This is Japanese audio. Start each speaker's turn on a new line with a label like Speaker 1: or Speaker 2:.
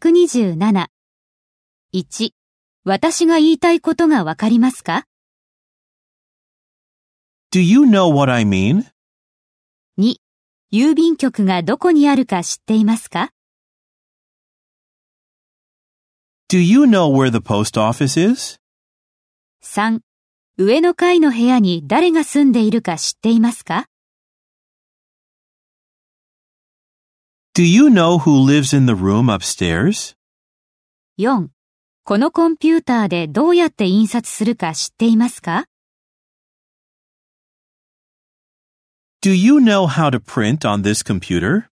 Speaker 1: 127。1、私が言いたいことがわかりますか
Speaker 2: Do you know what I mean?
Speaker 1: 2、郵便局がどこにあるか知っていますか
Speaker 2: Do you know where the post office is?
Speaker 1: 3、上の階の部屋に誰が住んでいるか知っていますか
Speaker 2: Do you know who lives in the room upstairs?
Speaker 1: 4. このコンピューターでどうやって印刷するか知っていますか
Speaker 2: Do you know how to print on this computer?